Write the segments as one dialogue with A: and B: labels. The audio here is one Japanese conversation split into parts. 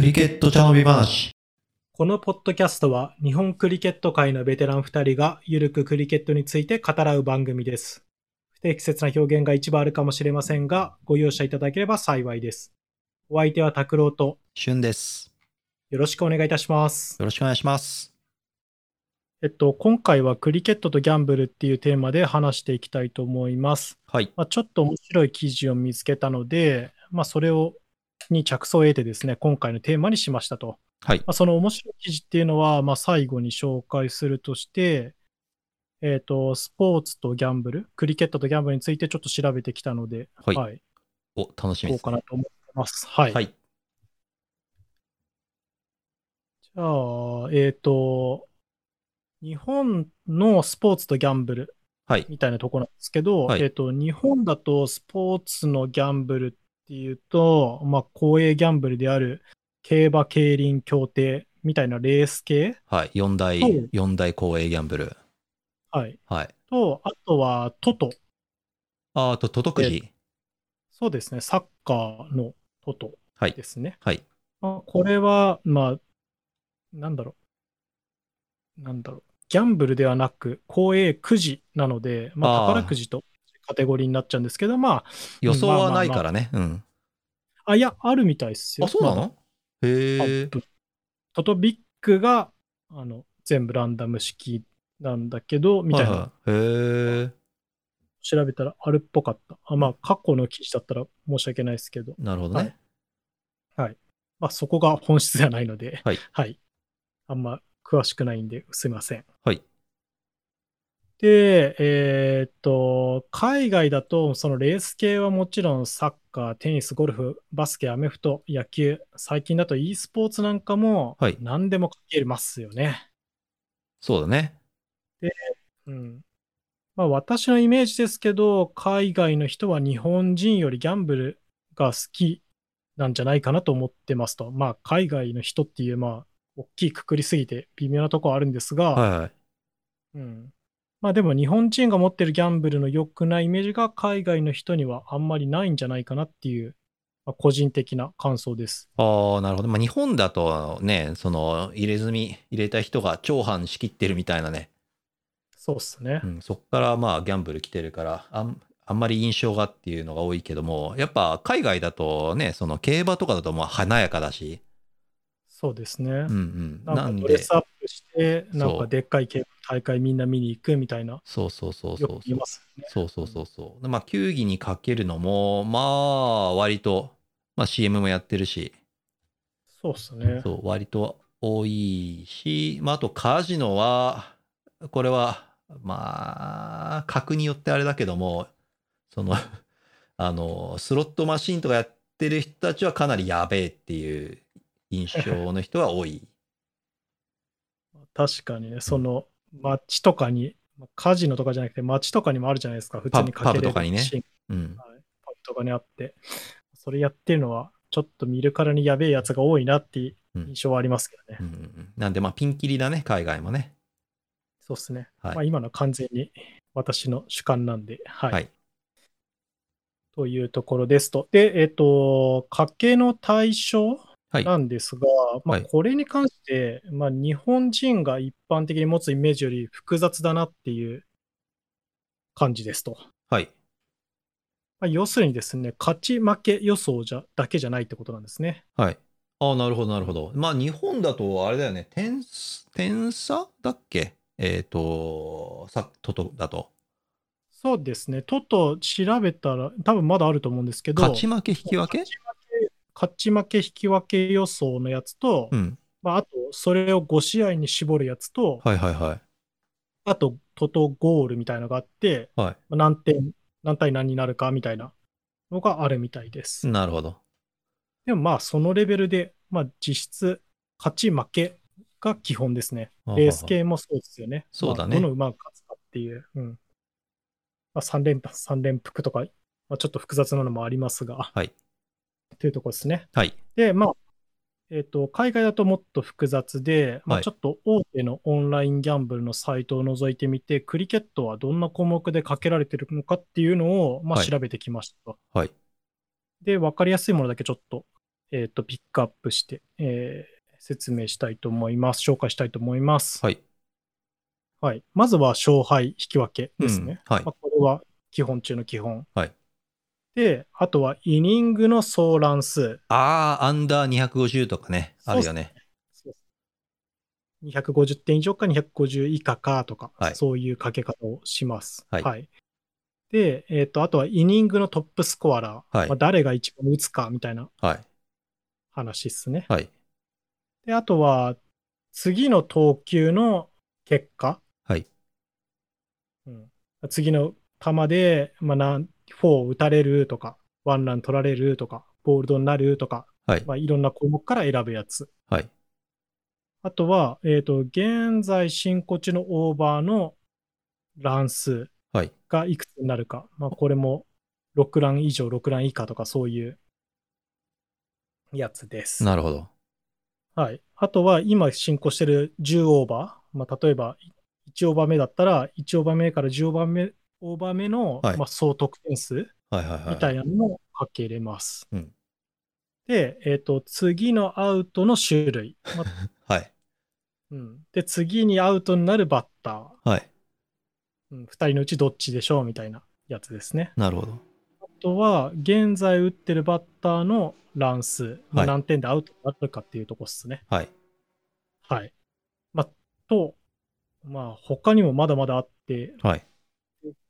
A: リケット茶飲み話。
B: このポッドキャストは日本クリケット界のベテラン2人がゆるくクリケットについて語らう番組です。不適切な表現が一部あるかもしれませんが、ご容赦いただければ幸いです。お相手は拓郎と
A: 旬です。
B: よろしくお願いいたします。
A: よろしくお願いします。
B: えっと、今回はクリケットとギャンブルっていうテーマで話していきたいと思います。
A: はい。
B: まあ、ちょっと面白い記事を見つけたので、まあ、それをに着想を得てですね、今回のテーマにしましたと。
A: はい。
B: まあ、その面白い記事っていうのは、まあ、最後に紹介するとして、えっ、と、スポーツとギャンブル、クリケットとギャンブルについてちょっと調べてきたので、
A: はい
B: はい、
A: お、楽しみ
B: こ
A: で
B: う
A: す、
B: か
A: ね。
B: なと思います。はい。
A: はい。
B: じゃあ、えっ、と、日本のスポーツとギャンブル
A: はい。
B: みたいなところなんですけど、
A: はい
B: えっ、と、日本だとスポーツのギャンブルっていうと、まあ、公営ギャンブルである競馬、競輪、競艇みたいなレース系、
A: はい。四大
B: そう、
A: 四大公営ギャンブル。
B: はい、
A: はい。
B: と、あとはトト。
A: ああと、トトクジ。
B: そうですね、サッカーのトト
A: はい
B: ですね。
A: はい。
B: まあこれは、まあ、なんだろう。なんだろう。ギャンブルではなく、公営くじなので、まあ、
A: あー
B: 宝くじとカテゴリーになっちゃうんですけど、ま
A: 予想はないからね。うん。
B: あ、あ、いや、あるみたいですよ。
A: あ、そうな
B: ま
A: のへえ
B: あ。トトビックが、あの、全部ランダム式なんだけど、みたいな、
A: はいはいへえ。
B: 調べたらあるっぽかった。あまあ、過去の記事だったら申し訳ないですけど、
A: なるほどね。
B: はいまあ、そこが本質ではないので、
A: はい。
B: あんま詳しくないんで、すいません。
A: はい。
B: で、えーっと、海外だと、そのレース系はもちろんサッカー、テニス、ゴルフ、バスケ、アメフト、野球、最近だと e スポーツなんかも
A: はい、
B: 何でもかけますよね。
A: そうだね。
B: うん。まあ、私のイメージですけど、海外の人は日本人よりギャンブルが好きなんじゃないかなと思ってますと。まあ、海外の人っていう、まあ、大きいくくりすぎて微妙なとこあるんですが、
A: はいはい。
B: うん。まあでも日本人が持ってるギャンブルの良くないイメージが海外の人にはあんまりないんじゃないかなっていう、まあ、個人的な感想です。
A: ああ、なるほど。まあ、日本だとね、その、入れ墨、入れた人が長藩仕切ってるみたいなね。
B: そうっすね
A: う。ん、そこからまあギャンブル来てるからあんあんまり印象がっていうのが多いけどもやっぱ海外だとねその競馬とかだとまあ華やかだし、
B: そうですね。
A: うんうん、
B: なん
A: な
B: か
A: ん
B: ドレ
A: で
B: スアップして、
A: そう
B: なんかでっかい競馬大会みんな見に行くみたいな、
A: そうそうそうそう
B: よく
A: そう
B: 言いますね。
A: そうそうそうそうでまあ球技にかけるのもまあ割と、まあ、CM もやってるし
B: そうっすね。
A: そう割と多いし、まあ、あとカジノはこれはまあ格によってあれだけどもその あのスロットマシンとかやってる人たちはかなりやべえっていう印象の人は多い
B: 確かにね、その街とかに、まあカジノとかじゃなくて街とかにもあるじゃないですか、普通にか
A: パブ
B: けれ
A: パブ
B: る
A: とかにね
B: シーン
A: うん
B: パブとかにあって、それやってるのは、ちょっと見るからにやべえやつが多いなっていう印象はありますけどね。
A: うんうんうんなんでまあピンキリだね海外もね
B: そうですね。
A: はい
B: まあ、今のは完全に私の主観なんで、はい。
A: はい
B: というところですと。で、えっ、と、家計の対象
A: はい
B: なんですが、ま
A: は
B: あ、
A: い
B: これに関して、まあ、日本人が一般的に持つイメージより複雑だなっていう感じですと。
A: はい
B: まあ、要するにですね、勝ち負け予想じゃだけじゃないってことなんですね。
A: はいああなるほどなるほどまあ日本だとあれだよね点数点差だっけえっ、とさトトだと
B: そうですね。とっと調べたら、多分まだあると思うんですけど、
A: 勝ち負け引き分け
B: 勝ち負け勝ち負け引き分け予想のやつと、
A: うん
B: まあ、あと、それを5試合に絞るやつと、
A: はいはいはい。
B: あと、トトゴールみたいなのがあって、
A: は
B: まあ何点、何対何になるかみたいなのがあるみたいです。
A: なるほど。
B: でもまあ、そのレベルで、まあ、実質、勝ち負けが基本ですね。レース系もそうですよね。
A: そうだね
B: まあどの馬が勝つかっていう。うん。まあ、3連覇、3連服とか、まあ、ちょっと複雑なのもありますが。
A: はい。
B: というところですね。
A: はい。
B: で、まあ、えっ、と、海外だともっと複雑で、
A: は
B: まあ、
A: い
B: ちょっと大手のオンラインギャンブルのサイトを覗いてみて、クリケットはどんな項目でかけられてるのかっていうのを、ま
A: は
B: あ、
A: い
B: 調べてきましたと。
A: はい。
B: で、わかりやすいものだけちょっとえっ、と、ピックアップして、えー説明したいと思います。紹介したいと思います。
A: はい。
B: はい。まずは勝敗、引き分けですね。
A: うんはい
B: まあ、これは基本中の基本。
A: はい
B: で、あとはイニングの総乱数。
A: ああ、アンダー250とかね、あるよね。
B: 250点以上か250以下かとか、
A: はい
B: そういうかけ方をします。
A: はい
B: で、えっ、と、あとはイニングのトップスコアラー。
A: はい
B: まあ、誰が一番打つかみたいな
A: はい。
B: 話ですね。
A: はい。
B: で、あとは、次の投球の結果。
A: はい。
B: うん、次の球で、まあ、なんフォー打たれるとか、ワンラン取られるとか、ボールドになるとか、
A: はい
B: まあ、いろんな項目から選ぶやつ。
A: はい。
B: あとは、えっ、と、現在進行中のオーバーの乱数
A: はい。
B: がいくつになるか。まあ、これも6ラン以上、6ラン以下とか、そういうやつです。
A: なるほど。
B: はい。あとは、今進行してる10オーバー。まあ、例えば、1オーバー目だったら、1オーバー目から10オーバー目、オーバー目の、
A: はい
B: まあ、総得点数
A: はいはいはい。
B: みたいなのもかけれます。
A: うん
B: で、えっ、と、次のアウトの種類、まあ
A: はい。
B: うん。で、次にアウトになるバッター。
A: はい。
B: うん、2人のうちどっちでしょうみたいなやつですね。
A: なるほど。
B: あとは、現在打ってるバッターの乱数。ま
A: は
B: あ、
A: い
B: 何点でアウトになるかっていうとこですね。
A: はい。
B: はい。まあ、と、まあ、他にもまだまだあって、
A: はい。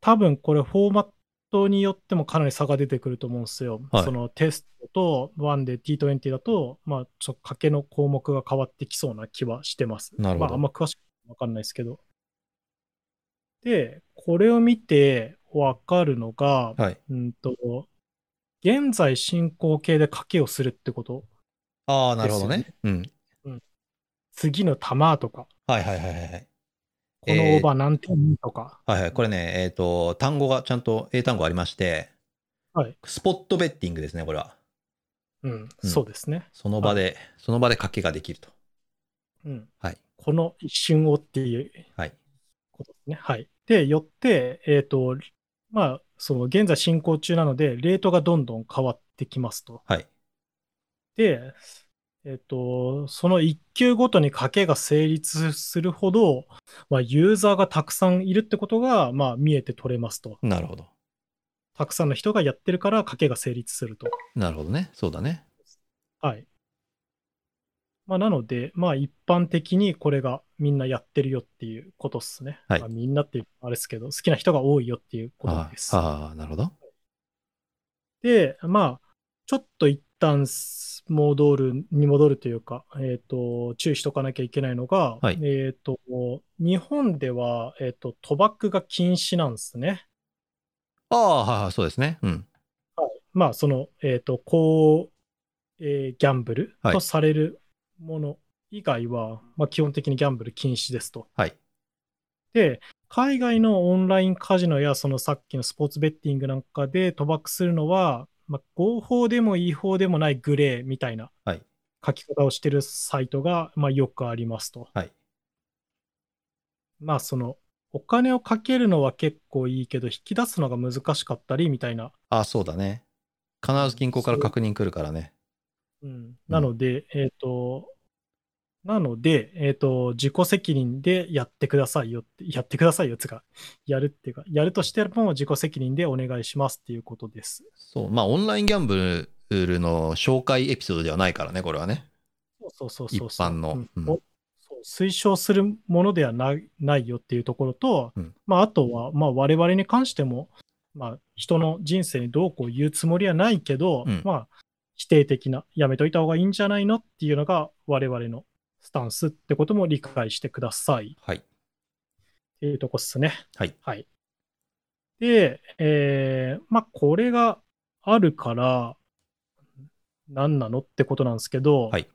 B: 多分これフォーマットによってもかなり差が出てくると思うんですよ。
A: はい
B: そのテストと1で T20 だと、まあ、ちょっと賭けの項目が変わってきそうな気はしてます。
A: なるほど
B: まあ、あんま詳しくわかんないですけど。で、これを見てわかるのが、
A: はい。
B: うんと、現在進行形で賭けをするってこと。
A: ああ、なるほどね。うん。
B: 次の球とか、
A: はいはいはいはいはい。
B: このオーバー何点とか。
A: はいはい。これね、えっ、と、単語がちゃんと英単語ありまして、
B: はい。
A: スポットベッティングですね、これは。
B: うん、そうですね。
A: その場で、その場で賭けができると。
B: うん。
A: はい。
B: この一瞬をっていう
A: はい。
B: ことですね。はい。で、よって、えっ、と、まあ、その現在進行中なので、レートがどんどん変わってきますと。
A: はい。
B: で、えっ、と、その1球ごとに賭けが成立するほど、まあ、ユーザーがたくさんいるってことが、まあ、見えて取れますと。
A: なるほど。
B: たくさんの人がやってるから、賭けが成立すると。
A: なるほどね。そうだね。
B: はい。まあ、なので、まあ、一般的にこれがみんなやってるよっていうことですね。
A: はい
B: まあみんなっていうのもあれですけど、好きな人が多いよっていうこと
A: あ
B: です
A: あ。ああ、なるほど。
B: で、まあ、ちょっと一旦す戻る、に戻るというか、えっ、と、注意しとかなきゃいけないのが、
A: はい
B: えっ、と、日本では、えっ、と、賭博が禁止なんですね。
A: ああ、はいはい、そうですね。うん。
B: まあ、その、えっ、と、こう、えーギャンブル
A: はい
B: とされるもの以外は、まあ、基本的にギャンブル禁止ですと。
A: はい。
B: で、海外のオンラインカジノや、そのさっきのスポーツベッティングなんかで賭博するのは、まあ、合法でも違法でもないグレーみたいな
A: はい
B: 書き方をしてるサイトが、まあ、よくありますと。
A: はい。
B: まあ、その、お金をかけるのは結構いいけど、引き出すのが難しかったりみたいな。
A: ああ、そうだね。必ず銀行から確認来るからね。
B: うん、なので、えっ、と、なので、えっ、と、自己責任でやってくださいよって、やってくださいよ、つうか、やるっていうか、やるとしても自己責任でお願いしますっていうことです。
A: そう。まあ、オンラインギャンブルの紹介エピソードではないからね、これはね。
B: そうそうそうそうそう。
A: 一般の
B: う
A: うんん
B: おそう推奨するものではないないよっていうところと、
A: うん
B: まあ、あとは、まあ、我々に関しても、まあ、人の人生にどうこう言うつもりはないけど、
A: うん
B: まあ、否定的な、やめといた方がいいんじゃないのっていうのが我々のスタンスってことも理解してください
A: はい。
B: っていうとこっすね。
A: はい。
B: はい。で、えーまあ、これがあるから、何なのってことなんですけど、
A: はい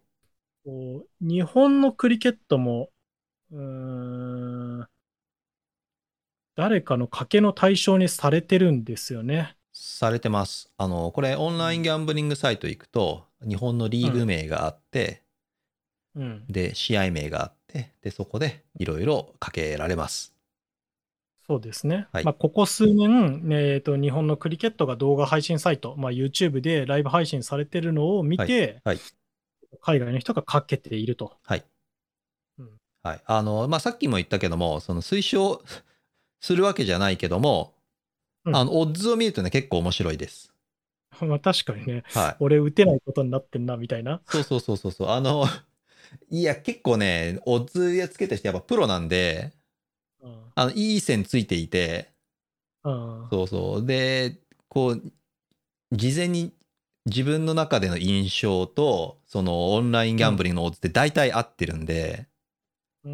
B: こう日本のクリケットも、うーん、誰かの賭けの対象にされてるんですよね。
A: されてます。あの、これ、オンラインギャンブリングサイト行くと、日本のリーグ名があって、
B: うん。
A: で、試合名があって、で、そこでいろいろかけられます。
B: そうですね。
A: はい
B: まあ、ここ数年、えーと、日本のクリケットが動画配信サイト、まあ、YouTube でライブ配信されてるのを見て、
A: はいはい
B: 海外の人がかけていると。
A: はい。あの、まあ、さっきも言ったけども、その推奨するわけじゃないけども、
B: うん
A: あの、オッズを見るとね、結構面白いです。
B: まあ、確かにね、
A: はい。
B: 俺打てないことになってんな、みたいな。
A: そうそうそうそうそう。あの、いや、結構ね、オッズやつけてる人やっぱプロなんで、
B: うん
A: あの、いい線ついていて、
B: うん
A: そうそう。で、こう、事前に自分の中での印象と、そのオンラインギャンブリングのオッズって大体合ってるんで、
B: うー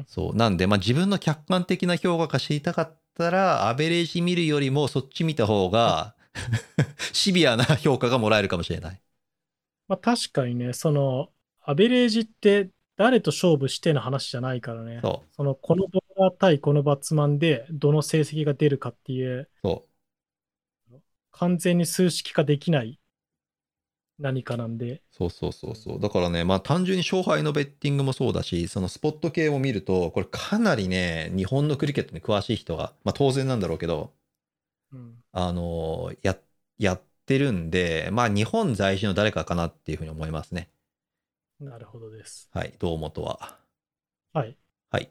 B: ん
A: そう。なんで、まあ自分の客観的な評価が知りたかったら、アベレージ見るよりもそっち見た方が、シビアな評価がもらえるかもしれない。
B: まあ、確かにね、その、アベレージって誰と勝負しての話じゃないからね。
A: そ
B: その、このボーラー対このバッツマンで、どの成績が出るかっていう、
A: う。そ
B: 完全に数式化できない何かなんで。
A: う。そうそうそうそう。だからね、まあ単純に勝敗のベッティングもそうだし、そのスポット系を見ると、これかなりね、日本のクリケットに詳しい人が、まあ当然なんだろうけど、
B: うん
A: あの、や、やってるんで、まあ日本在住の誰かかなっていうふうに思いますね。
B: なるほどです。
A: はい、堂本は。
B: はい。
A: はい。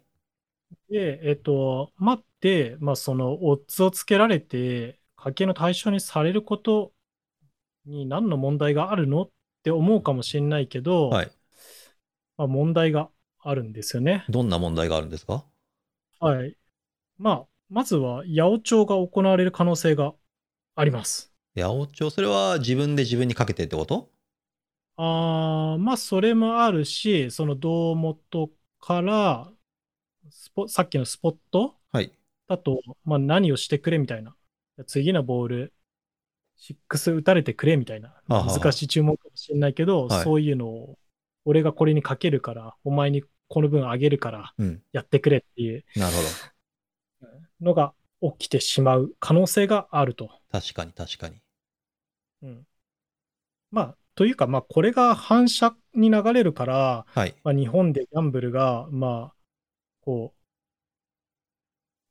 B: で、えっと、待って、まあ、その、オッズをつけられて、家計の対象にされることに何の問題があるのって思うかもしれないけど、
A: はい
B: まあ、問題があるんですよね。
A: どんな問題があるんですか
B: はい。まあ、まずは、八百長が行われる可能性があります。
A: 八百長、それは自分で自分にかけてってこと
B: あーまあ、それもあるし、その、堂本から、スポ、さっきのスポット
A: はい。
B: だと、まあ、何をしてくれみたいな。次のボール、シックス打たれてくれみたいな。
A: あはは
B: 難しい注文かもしれないけど、
A: はい
B: そういうのを、俺がこれにかけるから、お前にこの分あげるから、
A: うん。
B: やってくれっていう
A: なるほど。
B: のが起きてしまう可能性があると。
A: 確かに、確かに。
B: うん、まあ、というか、まあ、これが反射に流れるから、
A: はい。
B: まあ、日本でギャンブルが、まあ、こ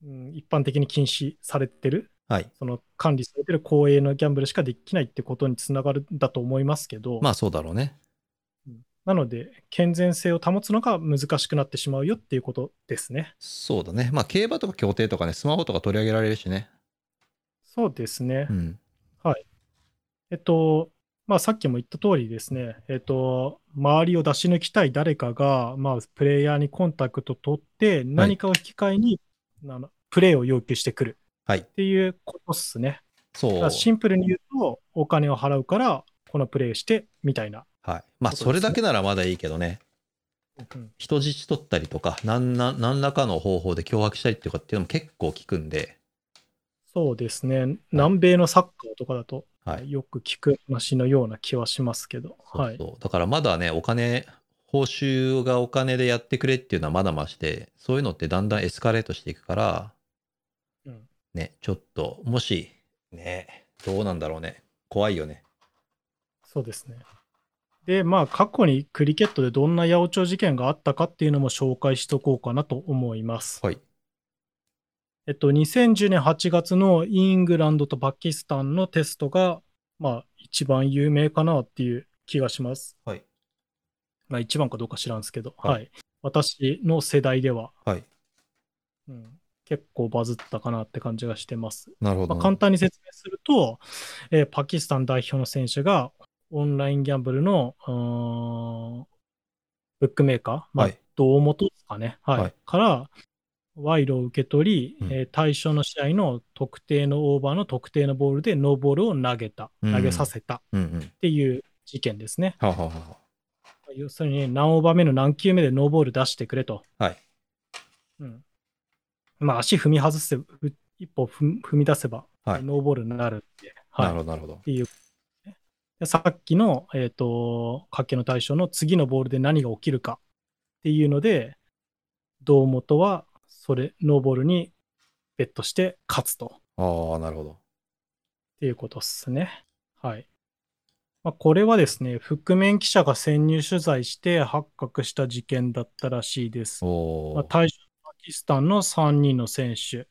B: う、うん、一般的に禁止されてる
A: はい。
B: その管理されてる公営のギャンブルしかできないってことにつながるんだと思いますけど、
A: まあそうだろうね。
B: なので、健全性を保つのが難しくなってしまうよっていうことですね。
A: そうだね。まあ競馬とか競艇とかね、スマホとか取り上げられるしね。
B: そうですね。
A: うん。
B: えっと、まあ、さっきも言った通りですね、えっと、周りを出し抜きたい誰かが、まあ、プレイヤーにコンタクト取って、何かを引き換えに、あのプレイを要求してくる
A: はい
B: っ。ていうことっすね。だか
A: そう
B: ら。シンプルに言うと、お金を払うから、このプレイしてみたいな。
A: はい。まあそれだけならまだいいけどね。
B: うん
A: 人質取ったりとか、なんな何らかの方法で脅迫したりとかっていうのも結構効くんで、
B: そうですね。南米のサッカーとかだと、
A: はい
B: よく聞く話のような気はしますけど。
A: そう
B: はい。
A: そうだからまだね、お金、報酬がお金でやってくれっていうのはまだまして、そういうのってだんだんエスカレートしていくから、
B: うん
A: ね、ちょっと、もし、ね、どうなんだろうね。怖いよね。
B: そうですね。で、まあ、過去にクリケットでどんな八百長事件があったかっていうのも紹介しとこうかなと思います。
A: はい。
B: えっと、2010年8月のイングランドとパキスタンのテストが、まあ、一番有名かなっていう気がします。
A: はい。
B: まあ、一番かどうか知らんすけど、
A: はい
B: はい、私の世代では、
A: はい。
B: うん、結構バズったかなって感じがしてます。
A: なるほ
B: ま
A: ど
B: あ、
A: な。
B: 簡単に説明すると、えーパキスタン代表の選手がオンラインギャンブルのうーんブックメーカー、まあ
A: はい
B: 胴元ですかね、はい
A: はい
B: から賄賂を受け取り、
A: うん
B: えー対象の試合の特定のオーバーの特定のボールでノーボールを投げた、
A: うん
B: 投げさせたっ
A: うんうん。
B: ていう事件ですね。
A: はあはあはあは
B: 要するに何オーバー目の何球目でノーボール出してくれと。
A: あはい。
B: うんまあ、足踏み外せ、ふ一歩踏み踏み出せば、
A: はい
B: ノーボールになるって、はい、
A: なるほど、なるほど。
B: でさっきの、えっ、と、賭けの対象の次のボールで何が起きるかっていうので、堂本は、それ、ノーボールにベットして勝つと。っ
A: ああ、なるほど。
B: ていうことですね。はい。まあ、これはですね、覆面記者が潜入取材して発覚した事件だったらしいです。
A: お
B: まあ、
A: お、
B: 対象はパキスタンの3人の選手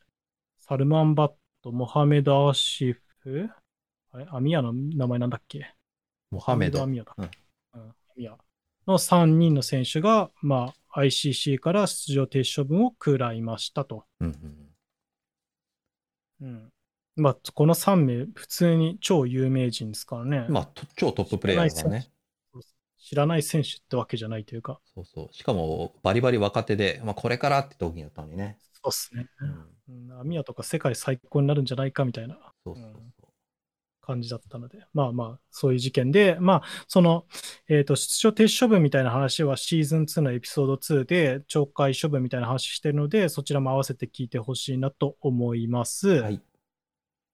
B: サルマン・バット、モハメド・アシフ、あれアミヤの名前なんだっけ
A: モハメド
B: ア。ミヤだ。うん。アミヤの3人の選手が、まあ、ICC から出場停止処分を食らいましたと。
A: うんうん
B: うん。まあ、この3名、普通に超有名人ですからね。
A: まあ、と超トッププレイヤーだね。
B: 知らない選手ってわけじゃないというか。
A: そうそう。しかも、バリバリ若手で、まあ、これからって時だったのにね。
B: そうっすね。
A: うん、
B: うんアミヤとか世界最高になるんじゃないかみたいな
A: そうそうそう。
B: 感じだったので、まあまあ、そういう事件で、まあ、その、えっ、と、出場停止処分みたいな話はシーズン2のエピソード2で懲戒処分みたいな話してるので、そちらも合わせて聞いてほしいなと思います。
A: はい。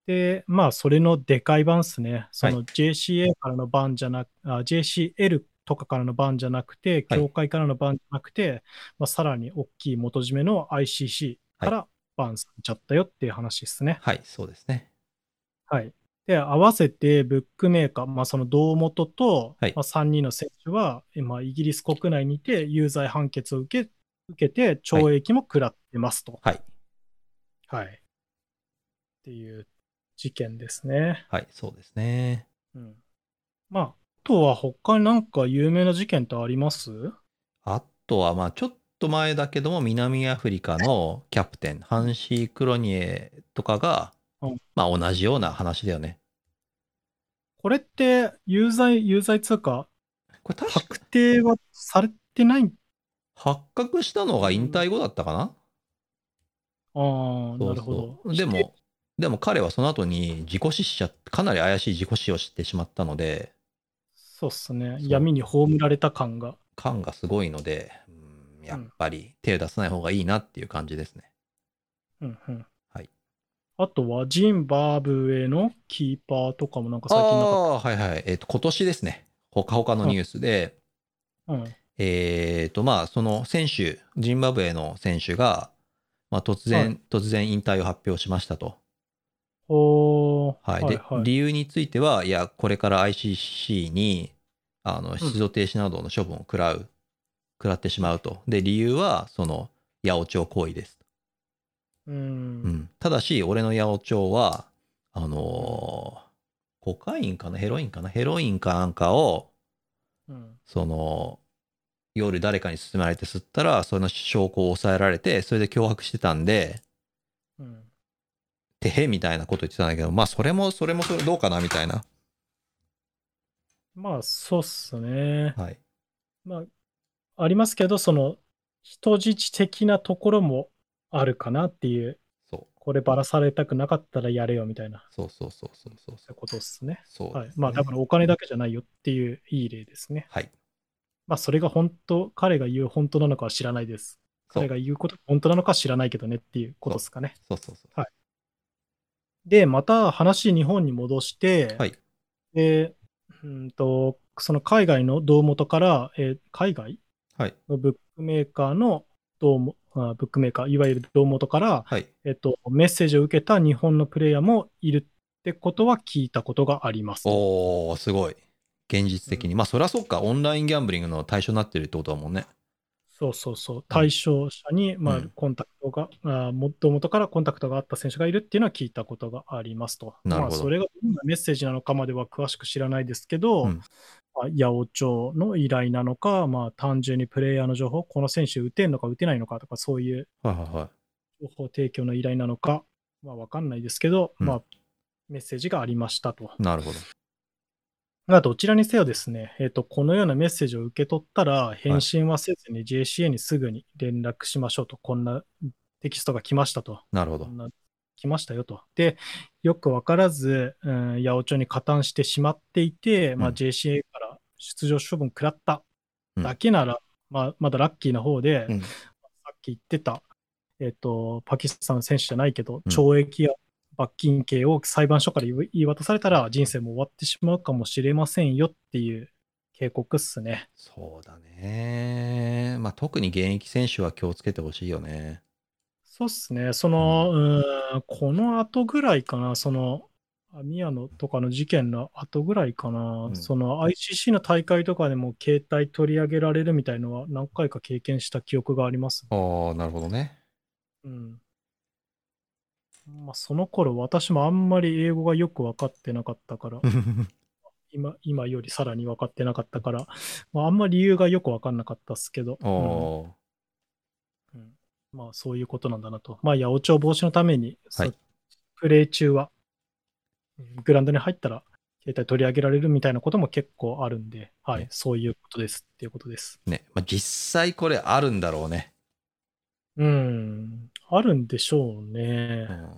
B: で、まあ、それのでかい版ですね。そ
A: は
B: の JCA からの版じゃなく、あ JCL とかからの版じゃなくて、
A: はい
B: 協会からの版じゃなくて、まあ、さらに大きい元締めの ICC から版されちゃったよっていう話ですね。
A: はい、そうですね。
B: はい。で、合わせてブックメーカー、まあ、その胴元と、
A: はい
B: まあ、3人の選手は、えまあ、イギリス国内にて有罪判決を受け受けて、懲役も食らってますと。
A: はい。
B: はい。っていう事件ですね。
A: はい、そうですね。
B: うん。まあ、あとは他になんか有名な事件ってあります
A: あとは、まあ、ちょっと前だけども、南アフリカのキャプテン、ハンシー・クロニエとかが
B: うん、
A: まあ、同じような話だよね。
B: これって有罪、有罪通貨、
A: これ確か
B: 確定はされてない
A: 発覚したのが引退後だったかな、
B: ああ、なるほ
A: そうそう
B: ど。
A: でも、でも彼はその後に自己死しちゃかなり怪しい自己死をしてしまったので、
B: そうっすね。
A: そう
B: 闇に葬られた感が。
A: 感がすごいので、うんやっぱり手を出さない方がいいなっていう感じですね。
B: うんうん。
A: はい。
B: あとは、ジンバブエのキーパーとかもなんか最近なかっ
A: ああー、はいはい。えっ、と、今年ですね。ほかほかのニュースで、
B: た。うん。
A: えっ、と、まあ、その選手、ジンバブエの選手が、まあ、突然、
B: は
A: 突然引退を発表しましたと。
B: おー
A: はい。
B: はい
A: で、
B: はい。
A: 理由については、いや、これから ICC に、あの、出場停止などの処分を食らう、食らってしまうと。で、理由は、その、八百長行為です。
B: う。
A: うんん。ただし、俺の八百長は、あのーコカインかなヘロインかなヘロインかなんかを、
B: うん。
A: その、夜誰かに勧められて吸ったら、その証拠を抑えられて、それで脅迫してたんで、
B: うん。
A: てへみたいなこと言ってたんだけど、まあ、それも、それもそれどうかなみたいな。
B: まあ、そうっすね。
A: はい。
B: まあ、ありますけど、その、人質的なところもあるかなっていう、
A: そう。
B: こればらされたくなかったらやれよみたいな
A: そうそうそうそうそう
B: そういうことですね。
A: そう。
B: はい
A: で。すね
B: まあ、だからお金だけじゃないよっていういい例ですね。
A: はい。
B: まあ、それが本当、彼が言う本当なのかは知らないです。
A: そ
B: 彼
A: う
B: が言うことが本当なのかは知らないけどねっていうことですかね。
A: そうそうそ
B: で、また話日本に戻して、
A: う。はい。
B: で、うんと、その海外の胴元から、えー海外
A: はい。
B: のブックメーカーの胴も、あブックメーカー、いわゆる胴元から、
A: はい。
B: えっと、メッセージを受けた日本のプレイヤーもいるってことは聞いたことがありますと。
A: おー、すごい。現実的に。まあ、そりゃそうか。オンラインギャンブリングの対象になってるってことだもんね。
B: そうそうそう。対象者に、まあ
A: うん、
B: コンタクトが、あーもともとからコンタクトがあった選手がいるっていうのは聞いたことがありますと。
A: なるほど
B: まあ、それがどんなメッセージなのかまでは詳しく知らないですけど、
A: うん
B: まあ、八百長の依頼なのか、まあ、単純にプレイヤーの情報、この選手打てんのか打てないのかとか、そういう
A: はいはいはい。
B: 情報提供の依頼なのか、まあ、わかんないですけど、
A: うん
B: まあ、メッセージがありましたと。
A: なるほど。
B: まあ、どちらにせよですね、えっと、このようなメッセージを受け取ったら、返信はせずに JCA にすぐに連絡しましょうと、こんなテキストが来ましたと、
A: なるほど
B: こ。んな来ましたよと。で、よくわからず、うん、八百長に加担してしまっていて、ま
A: う
B: あ、
A: ん
B: JCA から出場処分食らった
A: うん
B: だけなら、まあ、まだラッキーな方で、
A: うん
B: さっき言ってた、えっと、パキスタンの選手じゃないけ
A: う
B: ど、
A: ん
B: 懲役や罰金刑を裁判所から言い言い渡されたら人生も終わってしまうかもしれませんよっていう警告っすね。
A: そうだね。まあ、特に現役選手は気をつけてほしいよね。
B: そうっすね。その、うーん、この後ぐらいかな、その、あ宮野とかの事件の後ぐらいかな、
A: うん
B: その ICC の大会とかでも携帯取り上げられるみたいのは何回か経験した記憶があります。
A: ああ、なるほどね。
B: うん。まあ、その頃私もあんまり英語がよく分かってなかったから、今今よりさらに分かってなかったから、まあ、あんまり理由がよく分かんなかったっすけど、
A: おお
B: うんうんまあそういうことなんだなと。まあ八百長防止のために、
A: はい
B: そプレイ中は、うんグラウンドに入ったら携帯取り上げられるみたいなことも結構あるんで、はい、
A: ね
B: そういうことですっていうことです。
A: ー。ね。まあ、実際これあるんだろうね。
B: うん、あるんでしょうね
A: う。ん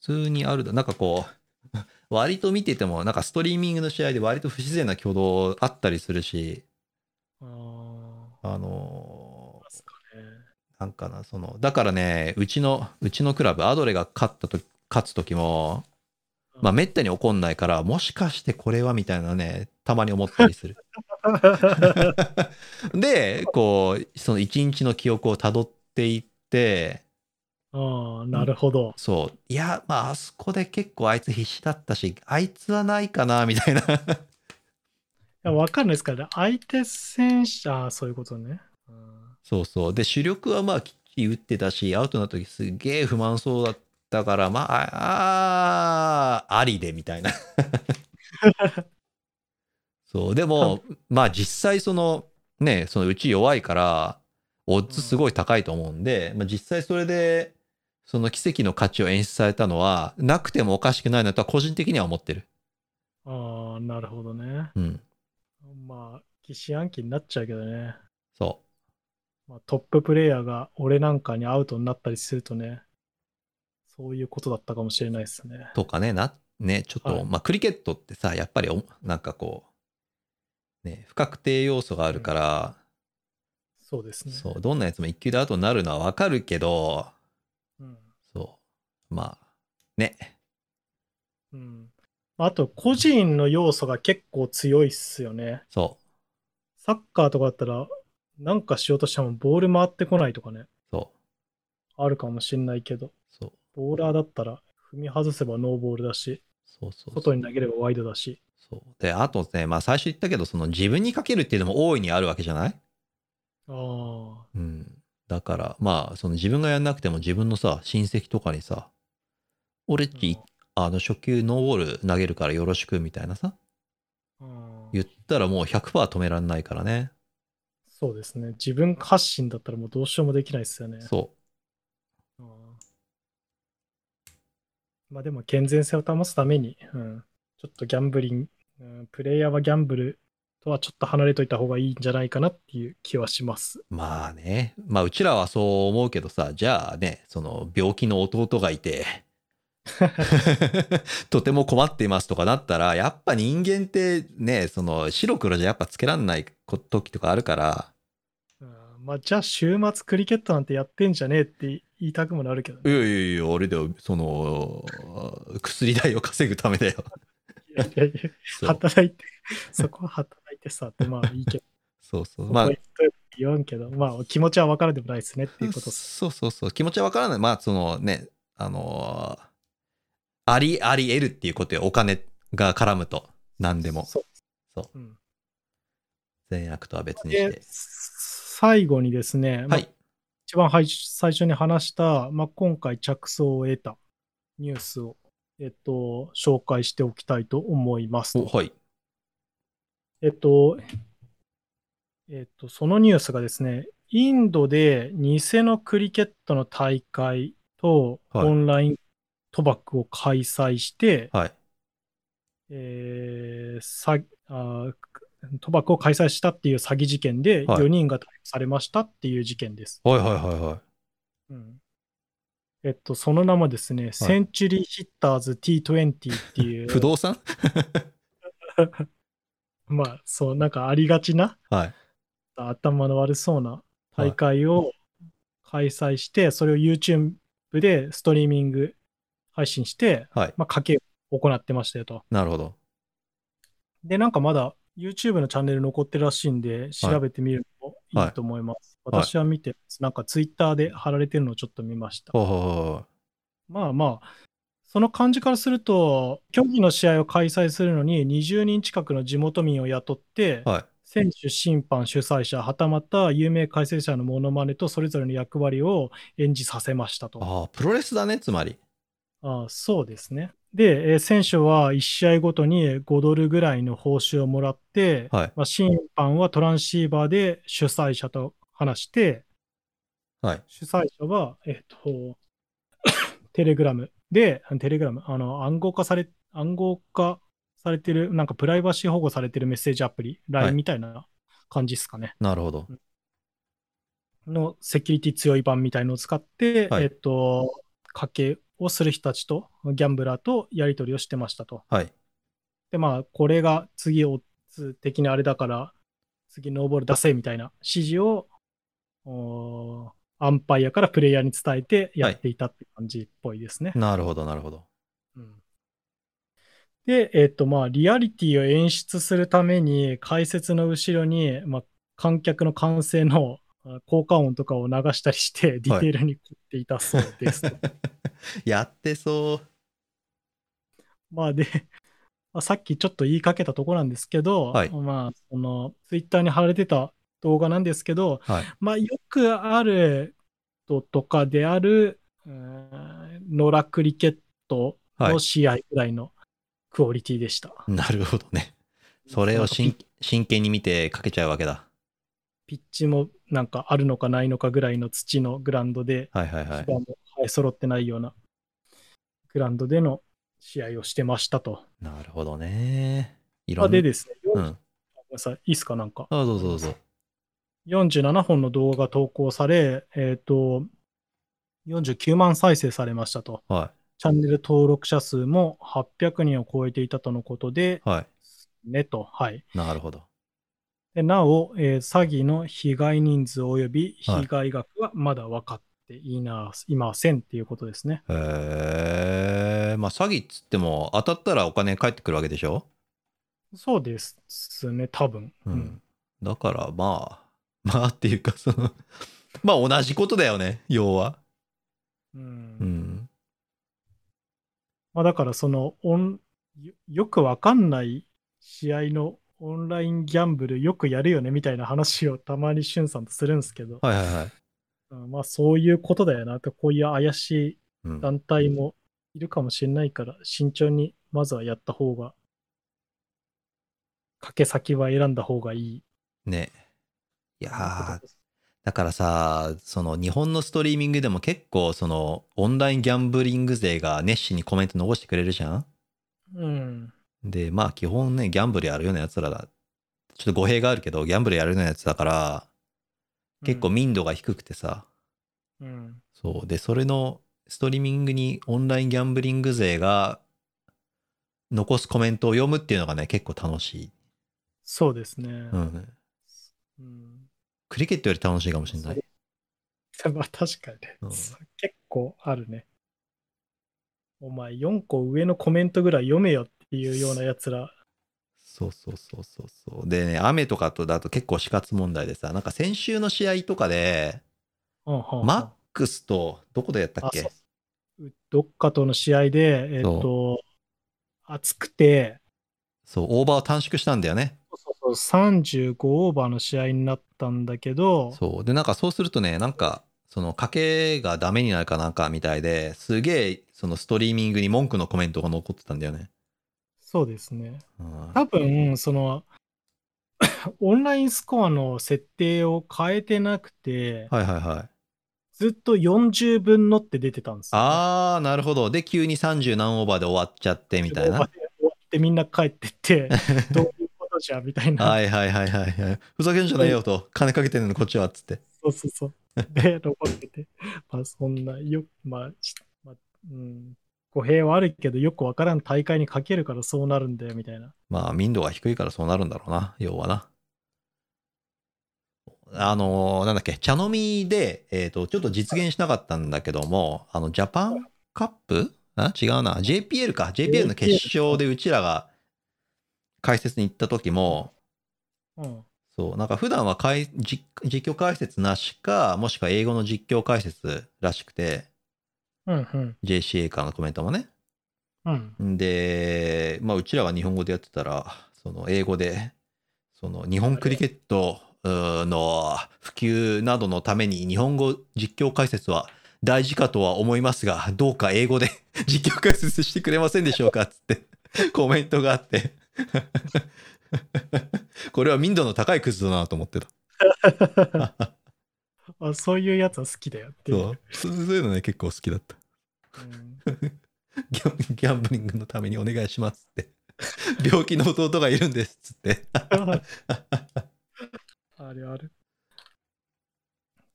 A: 普通にあるだ。なんかこう、 割と見てても、なんかストリーミングの試合で割と不自然な挙動あったりするし、
B: あー
A: あの
B: ありますかね
A: ーなんかな、その、だからね、うちの、うちのクラブ、アドレが勝ったとき、勝つときも、まあ、めったに怒んないから、もしかしてこれはみたいなね、たまに思ったりする。で、こう、その一日の記憶をたどっていって、
B: あーなるほど。
A: そう、いや、まあ、あそこで結構あいつ必死だったし、あいつはないかな、みたいな。
B: いやわかんないですからね。相手選手、ああ、そういうことね。うん
A: そうそう。で、主力はまあ、きっちり打ってたし、アウトになった時すげえ不満そうだったから、まあ、ああ、ありで、みたいな。そう、でも、まあ実際その、ね、そのうち弱いから、オッズすごい高いと思うんで、まあ実際それで、その奇跡の価値を演出されたのは、なくてもおかしくないなとは個人的には思ってる。
B: ああ、なるほどね。
A: うん。
B: まあ、疑心暗鬼になっちゃうけどね。
A: そ
B: まあ、トッププレイヤーが俺なんかにアウトになったりするとね、そういうことだったかもしれないですね
A: う。。とかね、な、ね、ちょっと、
B: はい
A: まあクリケットってさ、やっぱりお、なんかこう、ね、不確定要素があるから、
B: そうですね。
A: そう、どんなやつも一球でアウトになるのはわかるけど、
B: うん。
A: そう、まあ、ね、
B: うん。あと、個人の要素が結構強いっすよね。
A: そう、
B: サッカーとかだったら、なんかしようとしてもボール回ってこないとかね、
A: そ
B: あるかもしれないけど、
A: う、そう、
B: ボーラーだったら、踏み外せばノーボールだし、
A: そうそうそう。
B: 外に投げればワイドだし。
A: そう。で、あとね、まあ最初言ったけど、その自分にかけるっていうのも大いにあるわけじゃない
B: ああ、
A: うん。だから、まあ、その自分がやんなくても自分のさ、親戚とかにさ、俺っち、あの、初球ノーボール投げるからよろしくみたいなさ、
B: うん
A: 言ったらもう100%止めらんないからね。
B: そうですね。自分発信だったらもうどうしようもできないですよね。
A: そ
B: うんまあでも健全性を保つために、うん、ちょっとギャンブリング、うん、プレイヤーはギャンブルとはちょっと離れといた方がいいんじゃないかなっていう気はします。
A: う。まあね。まあ、うちらはそう思うけどさ、じゃあね、その病気の弟がいて、とても困っていますとかなったら、やっぱ人間ってね、その白黒じゃやっぱつけらんないこ時とかあるから、
B: うん、まあじゃあ週末クリケットなんてやってんじゃねえって言いたくもなるけど
A: い
B: ね。
A: やいやいや、あれだよ、その、薬代を稼ぐためだよ。
B: いやいやいや
A: そう
B: 働いて、 そこは働いてさってまあいいけど、
A: そうそう。
B: ま
A: ま
B: あ
A: あ、、
B: 言わんけど、まあ気持ちは分からんでもないですねっていうことです。
A: そうそうそう。気持ちはわからない。まあ、そのね、あのーあり、あり得るっていうことよ。お金が絡むと。何でも。
B: そう
A: そう。
B: うん
A: 善悪とは別にし
B: で
A: て。
B: 最後にですね、
A: は
B: まあ
A: い。
B: 一番はい最初に話した、まあ、今回着想を得たニュースを、えっと、紹介しておきたいと思います
A: お、。はい。
B: えっと、えっと、そのニュースがですね、インドで偽のクリケットの大会と
A: はい
B: オンライン賭博を開催して、
A: はい。
B: えー詐あー賭博を開催したっていう詐欺事件で
A: はい
B: 4人が逮捕されましたっていう事件です。
A: はいはいはいはい。
B: うんえっと、その名もですね、センチュリーヒッターズ T20 っていう、
A: 不動産
B: まあ、そう、なんかありがちな、
A: はい。
B: 頭の悪そうな
A: はい
B: 大会を開催して、それを YouTube でストリーミング配信して、
A: はい。
B: まあ、賭けを行ってましたよと。
A: なるほど。
B: で、なんかまだ YouTube のチャンネル残ってるらしいんで、調べてみるのもいいと思い
A: は
B: ます。
A: い
B: 私は見てます、なんか Twitter で貼られてるのをちょっと見ました。
A: ほうほうほ
B: まあまあ、その感じからすると、競技の試合を開催するのに、20人近くの地元民を雇って
A: う。、はい。
B: 選手、審判、主催者、はたまた有名解説者のモノマネとそれぞれの役割を演じさせましたと。
A: ああ、プロレスだね、つまり。
B: あそうですね。で、えー選手は1試合ごとに5ドルぐらいの報酬をもらって、
A: はい
B: まあ、審判はトランシーバーで主催者と話して、
A: はい
B: 主催者は、えっと、テレグラムで、テレグラム、あの、暗号化され、暗号化されてる、なんかプライバシー保護されてるメッセージアプリ、
A: はい
B: LINE みたいな感じですかね。
A: なるほど。
B: のセキュリティ強い版みたいのを使って、
A: はい
B: えっと、賭けをする人たちと、ギャンブラーとやり取りをしてましたと。
A: はい。
B: で、まあ、これが次オッズ的なあれだから、次ノーボール出せみたいな指示を、おーアンパイアからプレイヤーに伝えてやっていたって感じっぽいですね。
A: なるほど、なるほど。
B: うんで、えっ、と、まあ、リアリティを演出するために、解説の後ろに、まあ、観客の歓声のあ効果音とかを流したりして、ディテールに凝っていたそうですと。
A: やってそう。
B: まあで、 まあ、さっきちょっと言いかけたとこなんですけど、
A: はい
B: まあ、その、ツイッターに貼られてた動画なんですけど、
A: はい
B: まあ、よくあるととかである、うーん野良クリケット
A: は
B: の試合ぐらいのクオリティでした。
A: い。なるほどね。それを
B: なん
A: 真
B: か
A: 真剣に見てかけちゃうわけだ。
B: ピピッチもなんかあるのかないのかぐらいの土のグラウンドで、
A: はいはいはい
B: 芝。もはい揃ってないようなグラウンドでの試合をしてましたと。
A: なるほどね。い
B: ま
A: ろ
B: あ
A: んな。
B: でですね、
A: う
B: ご
A: ん。
B: めん
A: あ、
B: なさいいいっすか、なんか。
A: どうぞどうぞ。
B: 47本の動画が投稿され、えっ、と、49万再生されましたと。
A: は
B: チャンネル登録者数も800人を超えていたとのことで、
A: い。は
B: ねと。はい。
A: い。なるほど。
B: でなお、えー詐欺の被害人数及び
A: はい
B: 被害額はまだ分かっていないませんっていうことですね。
A: へえ。まあ詐欺っつっても当たったらお金返ってくるわけでしょ
B: そうですね、多分。
A: う。ん。だからまあ、 まあっていうかその、 まあ同じことだよね、要は。
B: うん
A: うん。
B: まあ、だから、そのオン、よよく分かんない試合のオンラインギャンブルよくやるよねみたいな話をたまにしゅんさんとするんですけど、
A: はいはいはい。
B: うんまあそういうことだよなと、こういう怪しい
A: うん、
B: 団体もいるかもしれないから、慎重にまずはやった方が、かけ先は選んだ方がいい。
A: ね。いやー
B: ということです
A: だからさ、その日本のストリーミングでも結構そのオンラインギャンブリング勢が熱心にコメント残してくれるじゃん
B: うん。
A: で、まあ基本ね、ギャンブルやるような奴らだ。ちょっと語弊があるけど、ギャンブルやるような奴だから、結構民度が低くてさ、
B: うん。
A: そう。で、それのストリーミングにオンラインギャンブリング勢が残すコメントを読むっていうのがね、結構楽しい。
B: そうですね。
A: うん。
B: うん
A: クリケットより楽しいかもしれない。
B: それ まあ確かにね、
A: うん
B: 結構あるね。お前4個上のコメントぐらい読めよっていうようなやつら。
A: そうそうそうそうそう。でね、雨とかとだと結構死活問題でさ、なんか先週の試合とかで、
B: うんうんうん
A: マックスと、どこでやったっ
B: あ
A: け
B: そううどっかとの試合で、えっ、と、暑くて、
A: そう、オーバーを短縮したんだよね。
B: そうそう35オーバーの試合になったんだけど、
A: そう。で、なんかそうするとね、なんか、その賭けがダメになるかなんかみたいで、すげえ、そのストリーミングに文句のコメントが残ってたんだよね。
B: そうですね。
A: うん、
B: 多分、その、 オンラインスコアの設定を変えてなくて、
A: はいはいはい。
B: ずっと40分のって出てたんですよね、
A: あー、なるほど。で、急に30何オーバーで終わっちゃってみたいな。
B: 終わ
A: は
B: って終わってみんな帰っ てって、どういうことじゃみたいな。
A: いはいはいはいはい。ふざけんじゃないよ と、金かけてんのにこっちはっつって。
B: そうそうそう。で、残ってて。まあそんな、よまあ、しまあ、うん。語弊はあるけど、よくわからん大会にかけるからそうなるんだよ、みたいな。
A: まあ、民度が低いからそうなるんだろうな、要はな。あのーなんだっけ、茶飲みで、えっ、と、ちょっと実現しなかったんだけども、あの、ジャパンカップあ違うな、JPL か、JPL の決勝でうちらが解説に行った時も、
B: うん。
A: そう、なんか普段は解実実況解説なしか、もしくは英語の実況解説らしくて、
B: うん、うん。
A: JCA からのコメントもね。
B: うん。
A: で、まあ、うちらが日本語でやってたら、その英語で、その日本クリケットうーの普及などのために日本語実況解説は大事かとは思いますが、どうか英語で 実況解説してくれませんでしょうかつってコメントがあって。 これは民度の高いクズだなと思ってた。
B: あそういうやつは好きだよっていう
A: そうそういうのね、結構好きだった。
B: うん
A: ギャンギャンブリングのためにお願いしますって。病気の弟がいるんですっつって。
B: あるある。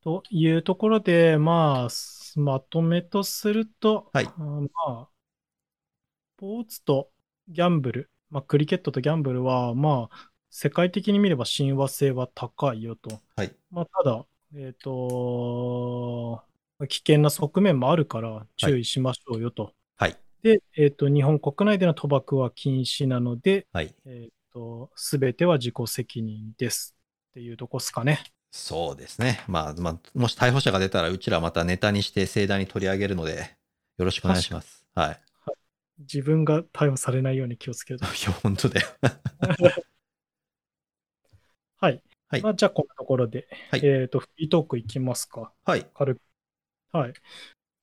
B: というところで、まあ、すまとめとすると、
A: はい
B: あーまあ、スポーツとギャンブル、まあ、クリケットとギャンブルは、まあ、世界的に見れば親和性は高いよと。
A: はい
B: まあ、ただ、えっ、と、危険な側面もあるから注意しましょうよと。
A: はい。
B: で、えっ、と、日本国内での賭博は禁止なので、
A: はい。
B: えっ、と、すべては自己責任ですっていうとこですかね。
A: そうですね。まあ、まあ、もし逮捕者が出たら、うちらまたネタにして盛大に取り上げるので、よろしくお願いします。はい。
B: 自分が逮捕されないように気をつけると。
A: いや、 本当だよ。
B: はい。
A: はい
B: まあ、じゃあ、こんなところで、
A: はい
B: えっ、と、フリートークいきますか。
A: はい。
B: 軽く。はい。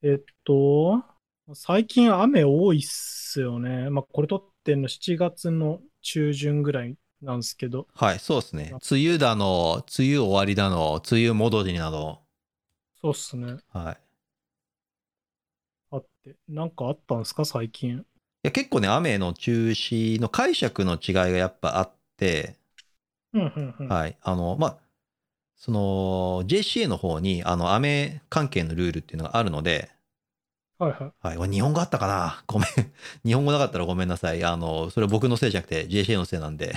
B: えっ、と、最近雨多いっすよね。まあ、これ撮ってんの7月の中旬ぐらいなんですけど、
A: はい、そうですね。梅雨だの、梅雨終わりだの、梅雨戻りなど。
B: そうっすね。
A: はい。い
B: あって。なんかあったんですか、最近。
A: や、結構ね、雨の中止の解釈の違いがやっぱあって、
B: うんうんうん。
A: はい。あの、まあ、その、JCA の方に、あの、雨関係のルールっていうのがあるので、
B: はいはい。
A: はい。わ日本語あったかなごめん。 日本語なかったらごめんなさい。あの、それは僕のせいじゃなくて JCA のせいなんで。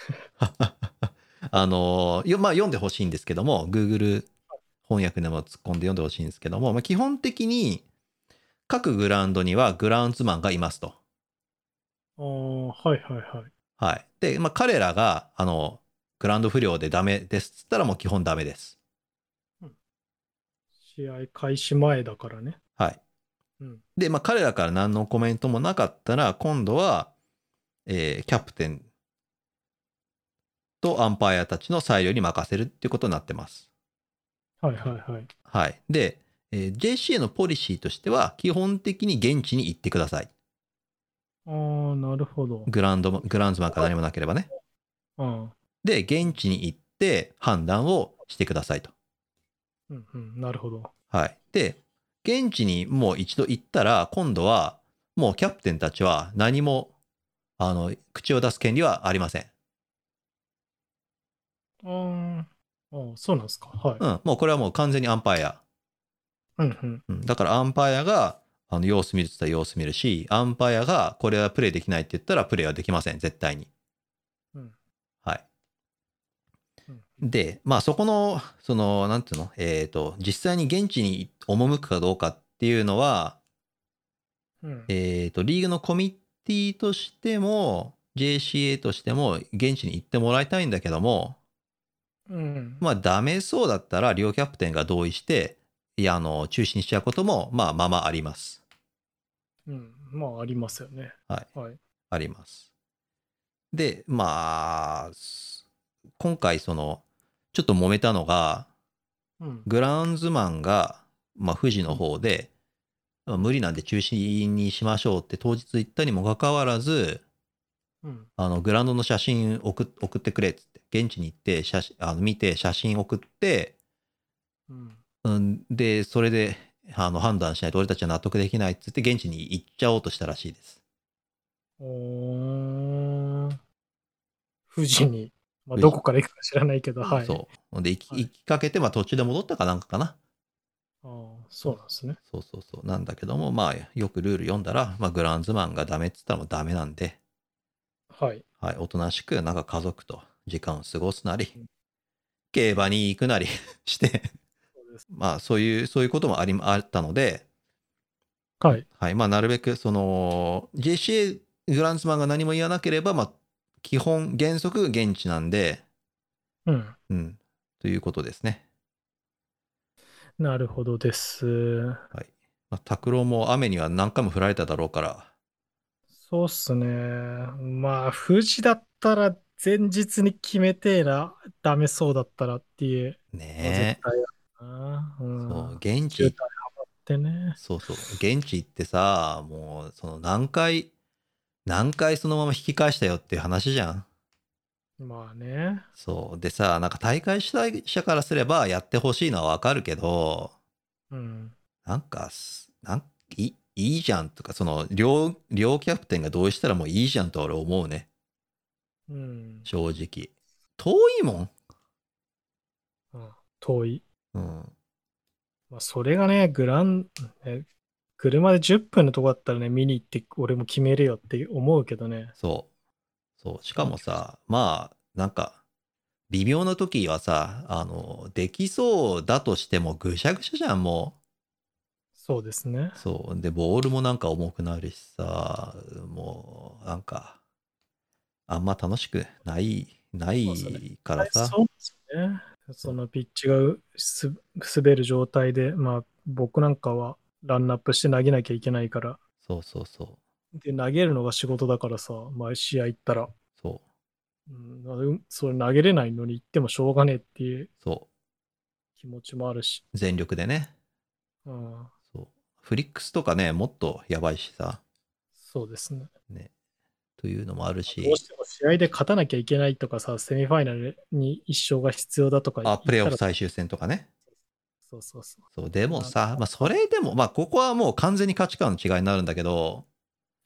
A: あの、よまあ、読んでほしいんですけども、Google 翻訳でも突っ込んで読んでほしいんですけども、まあ、基本的に各グラウンドにはグラウンズマンがいますと。
B: あーはいはいはい。
A: はい。で、まあ、彼らが、あの、グラウンド不良でダメですっつったらもう基本ダメです。
B: 試合開始前だからね。
A: はい。
B: うん。
A: で、まあ、彼らから何のコメントもなかったら、今度は、えーキャプテンとアンパイアたちの裁量に任せるっていうことになってます。
B: はいはいはい。
A: はい。で、えー JCA のポリシーとしては、基本的に現地に行ってください。
B: ああ、なるほど。
A: グラウンドも、グラウンズマンか何もなければね。
B: うん。
A: で、現地に行って判断をしてくださいと。
B: うんうん。なるほど。
A: はい。で、現地にもう一度行ったら、今度は、もうキャプテンたちは何も、あの、口を出す権利はありません。
B: あーあー、そうなんですか。はい。
A: うん、もうこれはもう完全にアンパイア。
B: うんうん。
A: うん、だからアンパイアがあの様子見るって言ったら様子見るし、アンパイアがこれはプレイできないって言ったらプレイはできません、絶対に。
B: うん
A: はい。
B: うんうん
A: で、まあそこの、その、なんていうの、えっ、と、実際に現地に赴くかどうかっていうのは、
B: うん
A: えっ、と、リーグのコミッティとしても、JCA としても現地に行ってもらいたいんだけども、
B: うん。
A: まあ、ダメそうだったら、両キャプテンが同意して、いや、あの、中止にしちゃうことも、まあ、まあまああります。
B: うん。まあ、ありますよね。。
A: はい
B: はい。
A: あります。で、まあ、す今回、その、ちょっと揉めたのが、
B: うん。
A: グラウンズマンが、まあ、富士の方で、まあ無理なんで中止にしましょうって当日言ったにもかかわらず、
B: うん。
A: あの、グラウンドの写真送っ送ってくれっつって、現地に行って、写真、あの見て写真送って、
B: うん。
A: うん、で、それで、あの、判断しないと俺たちは納得できないっつって、現地に行っちゃおうとしたらしいです。
B: おー。富士に、ま
A: 富
B: あ、
A: 士
B: どこから行くか知らないけど、はい。
A: そう。ほんで、行き
B: はい
A: 行きかけて、まあ途中で戻ったかなんかかな。
B: あーそうなんですね。
A: そうそうそう。なんだけども、まあ、よくルール読んだら、まあ、グラウンズマンがダメっつったらもうダメなんで、
B: はい。
A: はい、おとなしく、なんか家族と時間を過ごすなり、競馬に行くなり して、
B: そうです
A: まあ、そういう、そういうこともあり、あったので、
B: はい。
A: はい、まあ、なるべく、その、JCA グランズマンが何も言わなければ、まあ、基本、原則現地なんで、
B: うん。
A: うん、ということですね。
B: なるほどです。
A: まあ、拓郎も雨には何回も降られただろうから、
B: そうっすね。まあ、富士だったら前日に決めてえな、ダメそうだったらっていう。まあ絶
A: ね
B: 対あるな。う
A: え。
B: ん
A: そう、現
B: 渋
A: 地
B: 滞はまってね。
A: そうそう。現地行ってさ、もう、その何回、何回そのまま引き返したよっていう話じゃん。
B: まあね。
A: そう。でさ、なんか大会主催者からすればやってほしいのはわかるけど、
B: うん。
A: なんかす、なんいいいじゃんとか、その両、両キャプテンが同意したらもういいじゃんと俺思うね。
B: うん。
A: 正直。遠いも
B: うん遠い。
A: ん。うん。
B: まあ、それがね、グラン、え車で10分のとこだったらね、見に行って、俺も決めるよって思うけどね。
A: そう。そう。しかもさ、まあ、なんか、微妙な時はさ、あの、できそうだとしてもぐしゃぐしゃじゃん、も
B: そうですね
A: う。。そう。で、ボールもなんか重くなるしさ、もう、なんか、あんま楽しくない、ない
B: そうそ
A: からさ。
B: そうですよね。そのピッチがうす滑る状態で、まあ、僕なんかはランナップして投げなきゃいけないから。
A: そうそうそう。
B: で、投げるのが仕事だからさ、毎試合行ったら。
A: そう。
B: うんまあうん、それ投げれないのに行ってもしょうがねえっていう
A: そ
B: 気持ちもあるし。
A: う。全力でね。
B: うん、
A: そう。フリックスとかね、もっとやばいしさ。
B: そうですね。
A: ね。というのもあるし
B: どう。しても試合で勝たなきゃいけないとかさ、セミファイナルに一勝が必要だとか言
A: あ、プレイオフ
B: ったら
A: 最終戦とかね。
B: そうそうそう。
A: そう。でもさ、まあ、それでも、まあ、ここはもう完全に価値観の違いになるんだけど、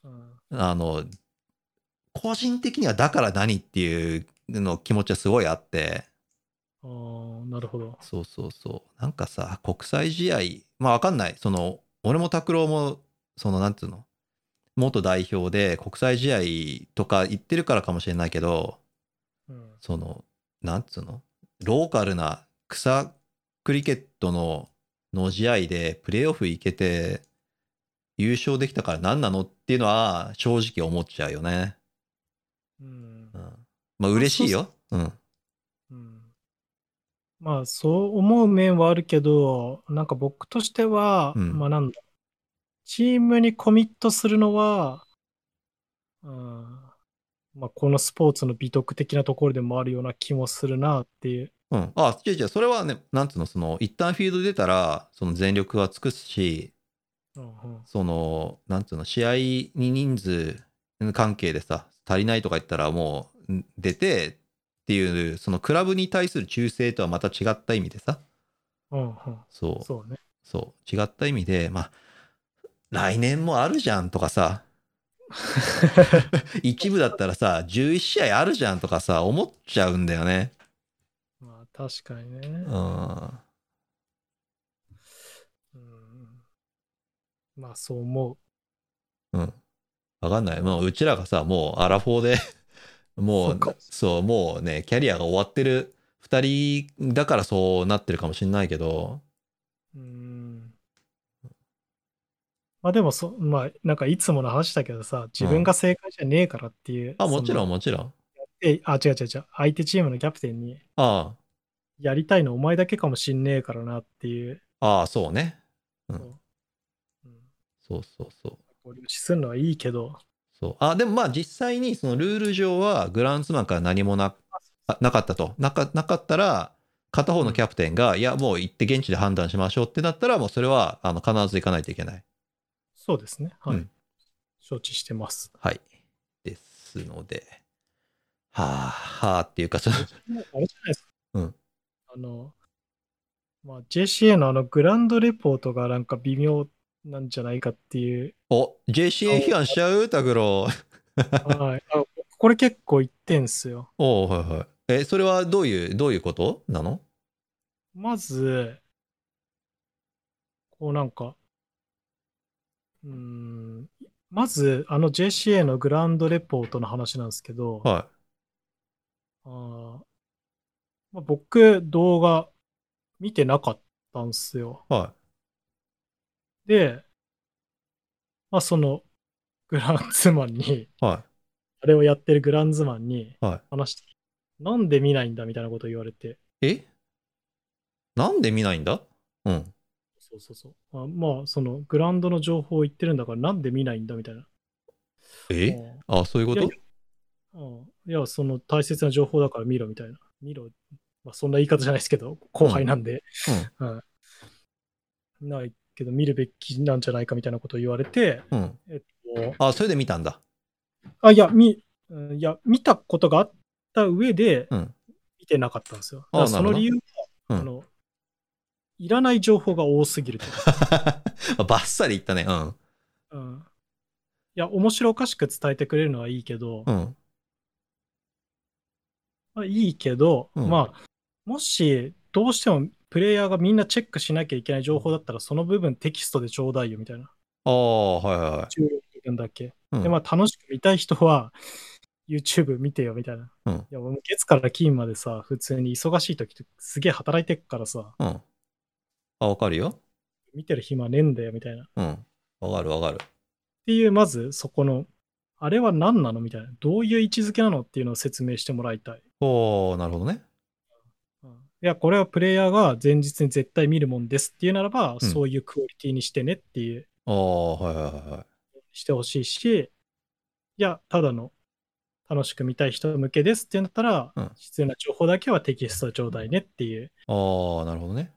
B: うん
A: あの、個人的にはだから何っていうの気持ちはすごいあって、
B: あーなるほど。
A: そうそうそう。なんかさ、国際試合、まあわかんない。その、俺も拓郎も、その、なんつうの、元代表で国際試合とか行ってるからかもしれないけど、
B: うん、
A: その、なんつうの、ローカルな草クリケットのの試合でプレーオフ行けて優勝できたから何なのっていうのは正直思っちゃうよね。
B: うん
A: うん、まあ嬉しいよ。うん。
B: うんまあそう思う面はあるけど、なんか僕としては、
A: うん
B: まあなんだ、チームにコミットするのは、うんまあ、このスポーツの美徳的なところでもあるような気もするなっていう。
A: うん。あ、違う違う。それはね、なんつうの、その、一旦フィールド出たら、その全力は尽くすし、
B: うんうん
A: その、なんつうの、試合に人数関係でさ、足りないとか言ったらもううん出てっていう、そのクラブに対する忠誠とはまた違った意味でさ、
B: うんうん
A: そう、
B: そうね。
A: そう、違った意味で、まあ、来年もあるじゃんとか さ、一部だったらさ、11試合あるじゃんとかさ、思っちゃうんだよね。
B: まあ確かにね。
A: うん。
B: うんまあそう思う。
A: うん。わかんない。もう、うちらがさ、もう、アラフォーで、 も
B: そう
A: う
B: か、
A: そう、もうね、キャリアが終わってる2人だからそうなってるかもしんないけど、
B: うんまあでもそ、まあなんかいつもの話だけどさ、自分が正解じゃねえからっていう。
A: あ、もちろ
B: ん。
A: ん、もちろん。
B: え、あ、違う違う違う。相手チームのキャプテンに、
A: あ
B: やりたいのお前だけかもしんねえからなっていう。
A: あ、ああ、そうね。うん
B: そ
A: そ
B: ううん
A: うそうそう。
B: ご了承するのはいいけど。
A: そう。あ、でもまあ実際にそのルール上はグランツマンから何もなあなかったと。なかなかったら、片方のキャプテンが、いや、もう行って現地で判断しましょうってなったら、もうそれはあの必ず行かないといけない。
B: そうですね。はい。
A: うん
B: 承知してます。
A: はい。ですので、はあ、はあっていうか、その、
B: もうあれじゃないですか。
A: うん
B: あの、まあ、JCA のあのグランドレポートがなんか微妙なんじゃないかっていう。
A: お、JCA 批判しちゃうタグロー。
B: はい。あこれ結構言ってんすよ。
A: おうはいはい。え、それはどういう、どういうことなの
B: まず、こうなんか、うーん、まずあの JCA のグランドレポートの話なんですけど、
A: は
B: あーまあ、僕動画見てなかったんすよ。
A: い。は
B: で、まあそのグランズマンに、
A: い。は
B: あれをやってるグランズマンに
A: い。は
B: 話して、なんで見ないんだみたいなこと言われて、
A: い。えなんで見ないんだうん。
B: そうそうそう。あまあ、そのグラウンドの情報を言ってるんだから、なんで見ないんだみたいな。
A: えあ、そういうこ
B: いや
A: と
B: いうんいや、その大切な情報だから見ろみたいな。見ろ。まあ、そんな言い方じゃないですけど、後輩なんで。
A: うん
B: うんないけど、見るべきなんじゃないかみたいなことを言われて、
A: うん。
B: えっと、
A: あ、それで見たんだ。
B: あ、いや、み、うんいや、見たことがあった上で、
A: うん
B: 見てなかったんですよ。
A: あ
B: だからその理由は、
A: な
B: あ
A: るほ
B: の、いらない情報が多すぎると。
A: バッサリ言ったね。うん。
B: うん。いや、面白おかしく伝えてくれるのはいいけど、
A: うん。
B: まあ、いいけど、
A: うん
B: まあ、もし、どうしてもプレイヤーがみんなチェックしなきゃいけない情報だったら、その部分テキストでちょうだいよみたいな。
A: ああ、はいはいはい。
B: 重力部分だけ。
A: うん
B: で、まあ、楽しく見たい人は、YouTube 見てよみたいな。
A: うん
B: いや、もう月から金までさ、普通に忙しい時ってすげえ働いてっからさ、
A: うん。あ、わかるよ。
B: 見てる暇ねえんだよみたいな。っ
A: うん。わかるわかる。
B: ていう、まずそこの、あれは何なのみたいな。どういう位置づけなのっていうのを説明してもらいたい。
A: おー、なるほどね。
B: うんいや、これはプレイヤーが前日に絶対見るもんですっていうならば、
A: うん
B: そういうクオリティにしてねっていう、
A: ああ、はいはいはいはい。
B: してほしいし、いや、ただの楽しく見たい人向けですってなったら、
A: うん
B: 必要な情報だけはテキストちょうだいねっていう
A: ああ、なるほどね。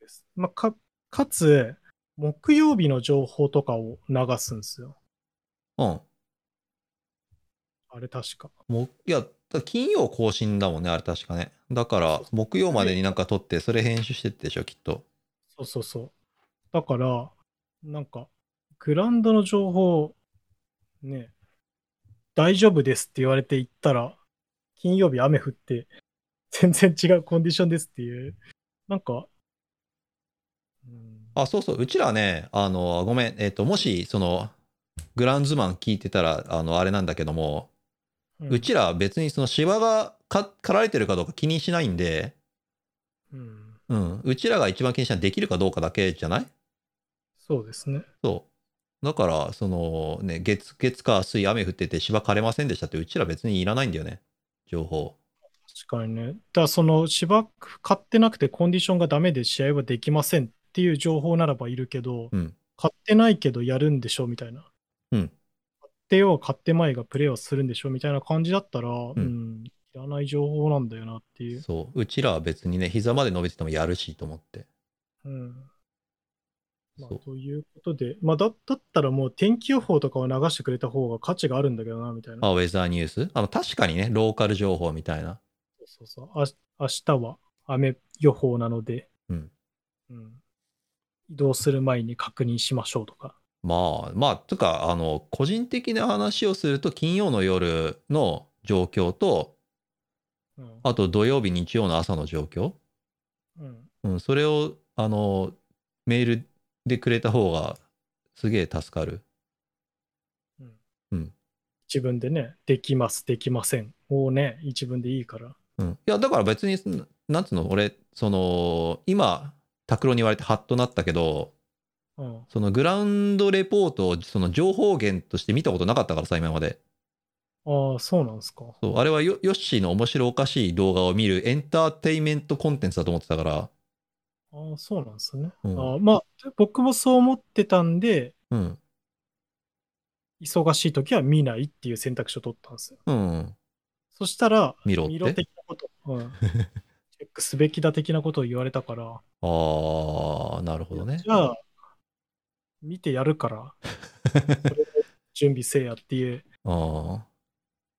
B: です。まあ、か、かつ、木曜日の情報とかを流すんですよ。
A: うん。
B: あれ確か。
A: もういや、金曜更新だもんね、あれ確かね。だから、木曜までになんか撮って、それ編集してってでしょ、きっと。
B: そうそうそう。だから、なんか、グラウンドの情報、ね、大丈夫ですって言われて行ったら、金曜日雨降って、全然違うコンディションですっていう、なんか、うん、
A: あ、そうそう、うちらね、あの、ごめん、えっ、と、もし、その、グランズマン聞いてたら、あの、あれなんだけども、
B: う
A: うんちら別にその芝がか刈られてるかどうか気にしないんで、
B: うん、
A: うん、うちらが一番気にしたのはできるかどうかだけじゃない
B: そうですね。
A: そう。だから、そのね、月、月か水雨降ってて芝枯れませんでしたって、うちら別にいらないんだよね、情報。
B: 確かにね。だからその芝買ってなくてコンディションがダメで試合はできませんっていう情報ならばいるけど、
A: うん
B: 買ってないけどやるんでしょみたいな。
A: うん
B: 買ってよう、買ってまいがプレーをするんでしょみたいな感じだったら、うん、いらない情報なんだよなっていう。
A: そう。うちらは別にね、膝まで伸びててもやるしと思って。
B: うん。ま
A: そう
B: あ、ということで、まあだ、だったらもう天気予報とかを流してくれた方が価値があるんだけどな、みたいな。
A: あ、ウェザーニュースあの、確かにね、ローカル情報みたいな。
B: そうそうそう。あし明日は雨予報なので、
A: うん
B: うん移動する前に確認しましょうとか。
A: まあ、まあ、つうか、あの、個人的な話をすると、金曜の夜の状況と、
B: うん
A: あと土曜日、日曜の朝の状況。
B: うん
A: うん、それを、あの、メールでくれた方が、すげえ助かる。うん
B: 自分でね、できます、できませんをね、一文でいいから。
A: うん。いや、だから別に、なんつうの、俺、その、今、拓郎に言われてハッとなったけど、
B: うん、
A: そのグラウンドレポートをその情報源として見たことなかったからさ、今まで。
B: ああ、そうなんですか。
A: そうあれはよヨッシーの面白おかしい動画を見るエンターテインメントコンテンツだと思ってたから、
B: ああ、そうなんですね。
A: うん
B: ああまあ、僕もそう思ってたんで、
A: うん。
B: 忙しい時は見ないっていう選択肢を取ったんですよ。
A: うん。
B: そしたら、
A: 見ろっ
B: 見ろ
A: て。
B: 的なこと、うん チェックすべきだ的なことを言われたから、
A: ああ、なるほどね
B: じ。ゃあ、見てやる から、準備せえやっていう
A: ああ、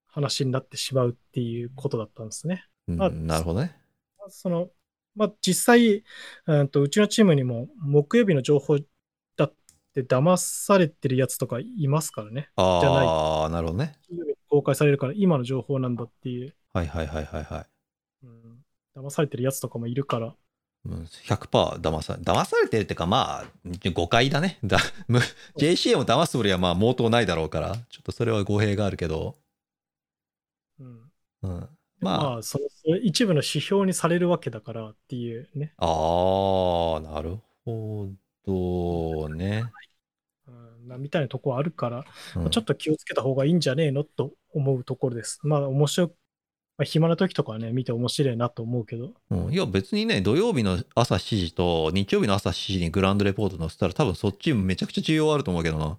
B: 話になってしまうっていうことだったんですね。
A: うん
B: あ
A: なるほどね。
B: その、まあ、実際、うんと、うちのチームにも木曜日の情報だって騙されてるやつとかいますからね。じゃない
A: ああ、なるほどね。
B: 金曜日に公開されるから今の情報なんだっていう、
A: はいはいはいはいはい。
B: うん、騙されてるやつとかもいるから、
A: うん100%騙さ騙されてるってかまあ誤解だねだむ JCA を騙すつもりはまあ毛頭ないだろうからちょっとそれは語弊があるけど、
B: うん、
A: うん、まあ、
B: まあ、そのそれ一部の指標にされるわけだからっていうね。
A: ああ、なるほどね。
B: うんなみたいなとこあるから、
A: うん
B: ちょっと気をつけた方がいいんじゃねえのと思うところです。まあ、面白い、まあ、暇な時とかはね、見て面白いなと思うけど、
A: うんいや、別にね、土曜日の朝7時と日曜日の朝7時にグラウンドレポート載せたら、多分そっちめちゃくちゃ需要あると思うけどな。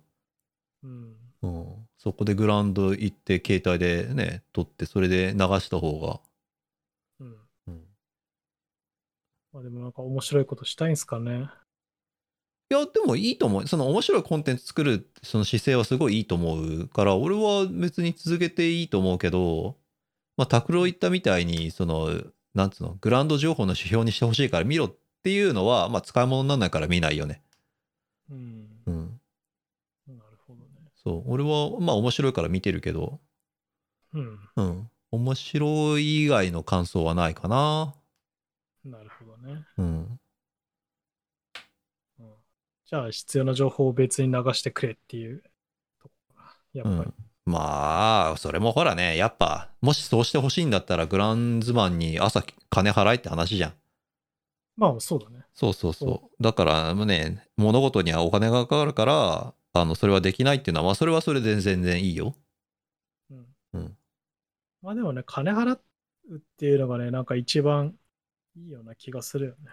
B: うん、
A: うん、そこでグラウンド行って、携帯でね、撮って、それで流した方が。
B: うん。
A: うん、い
B: まあ、でもなんか面白いことしたいんすかね。
A: いや、でもいいと思う。その面白いコンテンツ作る、その姿勢はすごいいいと思うから、俺は別に続けていいと思うけど、まあ、拓郎言ったみたいに、その、なんつうの、グラウンド情報の指標にしてほしいから見ろっていうのは、まあ、使い物にならないから見ないよね。
B: うん。
A: うん。
B: なるほどね。
A: そう。俺は、まあ、面白いから見てるけど、
B: うん。
A: うん。面白い以外の感想はないかな。
B: なるほどね。
A: うん。
B: うん、じゃあ、必要な情報を別に流してくれっていうとこかなやっ
A: う
B: ぱり。
A: ん、まあ、それもほらね、やっぱ、もしそうしてほしいんだったら、グランズマンに朝金払えって話じゃん。
B: まあ、そうだね。
A: そうそうそう。だからね、物事にはお金がかかるから、あの、それはできないっていうのは、まあ、それはそれで全然いいよ。
B: うん。
A: うん
B: まあでもね、金払うっていうのがね、なんか一番いいような気がするよね。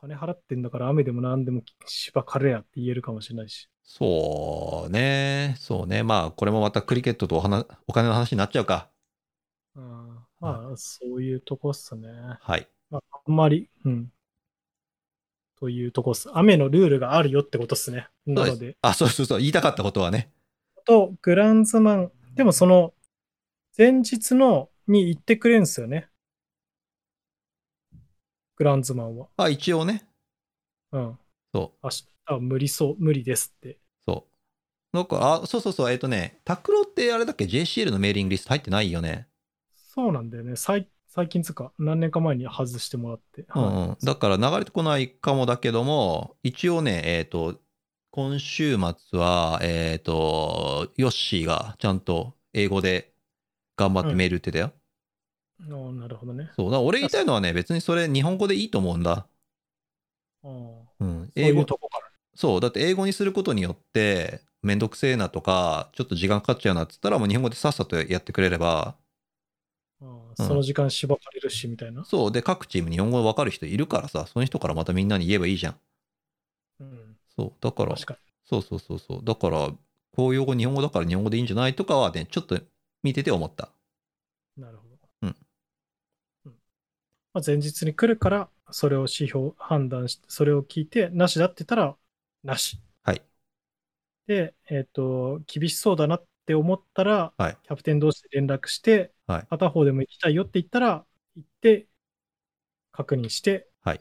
B: 金払ってんだから雨でも何でもしばかれやって言えるかもしれないし。
A: そうね。そうね。まあ、これもまたクリケットとお話お金の話になっちゃうか。
B: うん、まあ、そういうとこっすね。
A: はい。
B: まあ、あんまり、うん。というとこっす。雨のルールがあるよってことっすね。な
A: そ
B: の
A: う
B: で。
A: あ、そうそうそう。言いたかったことはね。
B: と、グランズマン、でもその、前日のに行ってくれるんですよね。グランズマンは。
A: あ、一応ね。
B: うん。
A: そう。
B: 明日は無理そう、無理ですって。
A: そう。なんか、あ、そうそうそう。えっ、とね、拓郎ってあれだっけ ?JCL のメーリングリスト入ってないよね。
B: そうなんだよね。最最近つうか、何年か前に外してもらって。
A: うんうん、だから流れてこないかもだけども、一応ね、えっ、と、今週末は、えっ、と、ヨッシーがちゃんと英語で頑張ってメール打ってたよ。
B: ああなるほどね。
A: そう、だから俺言いたいのはね、別にそれ日本語でいいと思うんだ。
B: ああ
A: うん、
B: そうい
A: 英
B: う
A: 語
B: とこから。
A: そう、だって英語にすることによって、めんどくせえなとか、ちょっと時間かかっちゃうなっつったら、もう日本語でさっさとやってくれれば、
B: あ
A: う
B: あ
A: ん
B: その時間縛られるし、みたいな。
A: そう、で、各チーム日本語わかる人いるからさ、その人からまたみんなに言えばいいじゃん。
B: うん。
A: そう、だから、
B: 確か
A: そうそうそうそう。だから、公用語日本語だから日本語でいいんじゃないとかはね、ちょっと見てて思った。
B: に。なるほど。
A: うん
B: うん。まあ、前日に来るから、それを指標、判断して、それを聞いて、なしだって言ったら、なし。
A: はい。
B: で、えっ、と、厳しそうだなって思ったら、
A: はい
B: キャプテン同士で連絡して、
A: はい
B: 片方でも行きたいよって言ったら、行って、確認して、
A: はい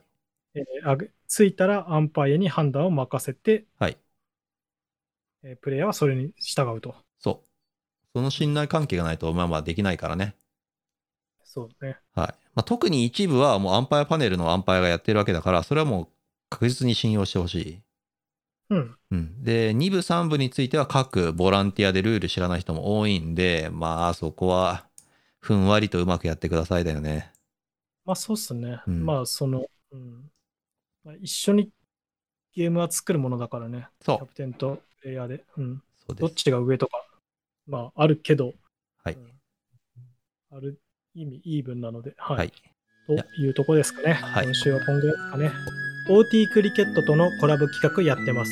B: えーあぐ着いたらアンパイアに判断を任せて、
A: はい
B: えープレイヤーはそれに従うと。
A: そう。その信頼関係がないと、まあまあできないからね。
B: そうね。
A: はい。まあ、特に一部はもうアンパイアパネルのアンパイアがやってるわけだから、それはもう確実に信用してほしい。
B: うん。
A: うん。で、2部3部については各ボランティアでルール知らない人も多いんで、まあそこは、ふんわりとうまくやってくださいだよね。
B: まあそうっすね。
A: うん
B: まあその、うんまあ、一緒にゲームは作るものだからね。
A: そ
B: キ
A: う
B: ャ。プテンとプレイヤーで。うん。
A: そう
B: ど
A: で
B: っ
A: す。
B: ちが上とか、まあ、あるけど、
A: はい
B: うんある意味、イーブンなので、はい。
A: はい。
B: というとこですかね。
A: はい
B: 今週は今後ですかね。OT クリケットとのコラボ企画やってます。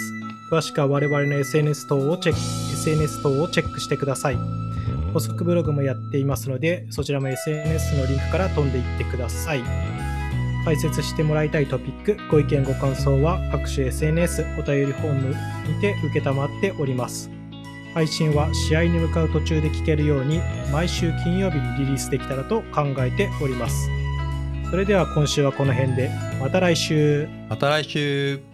B: 詳しくは我々の SNS 等をチェック、SNS 等をチェックしてください。補足ブログもやっていますので、そちらも SNS のリンクから飛んでいってください。解説してもらいたいトピック、ご意見ご感想は各種 SNS、お便りフォームにて受けたまっております。配信は試合に向かう途中で聞けるように、毎週金曜日にリリースできたらと考えております。それでは今週はこの辺で、また来週。
A: また来週。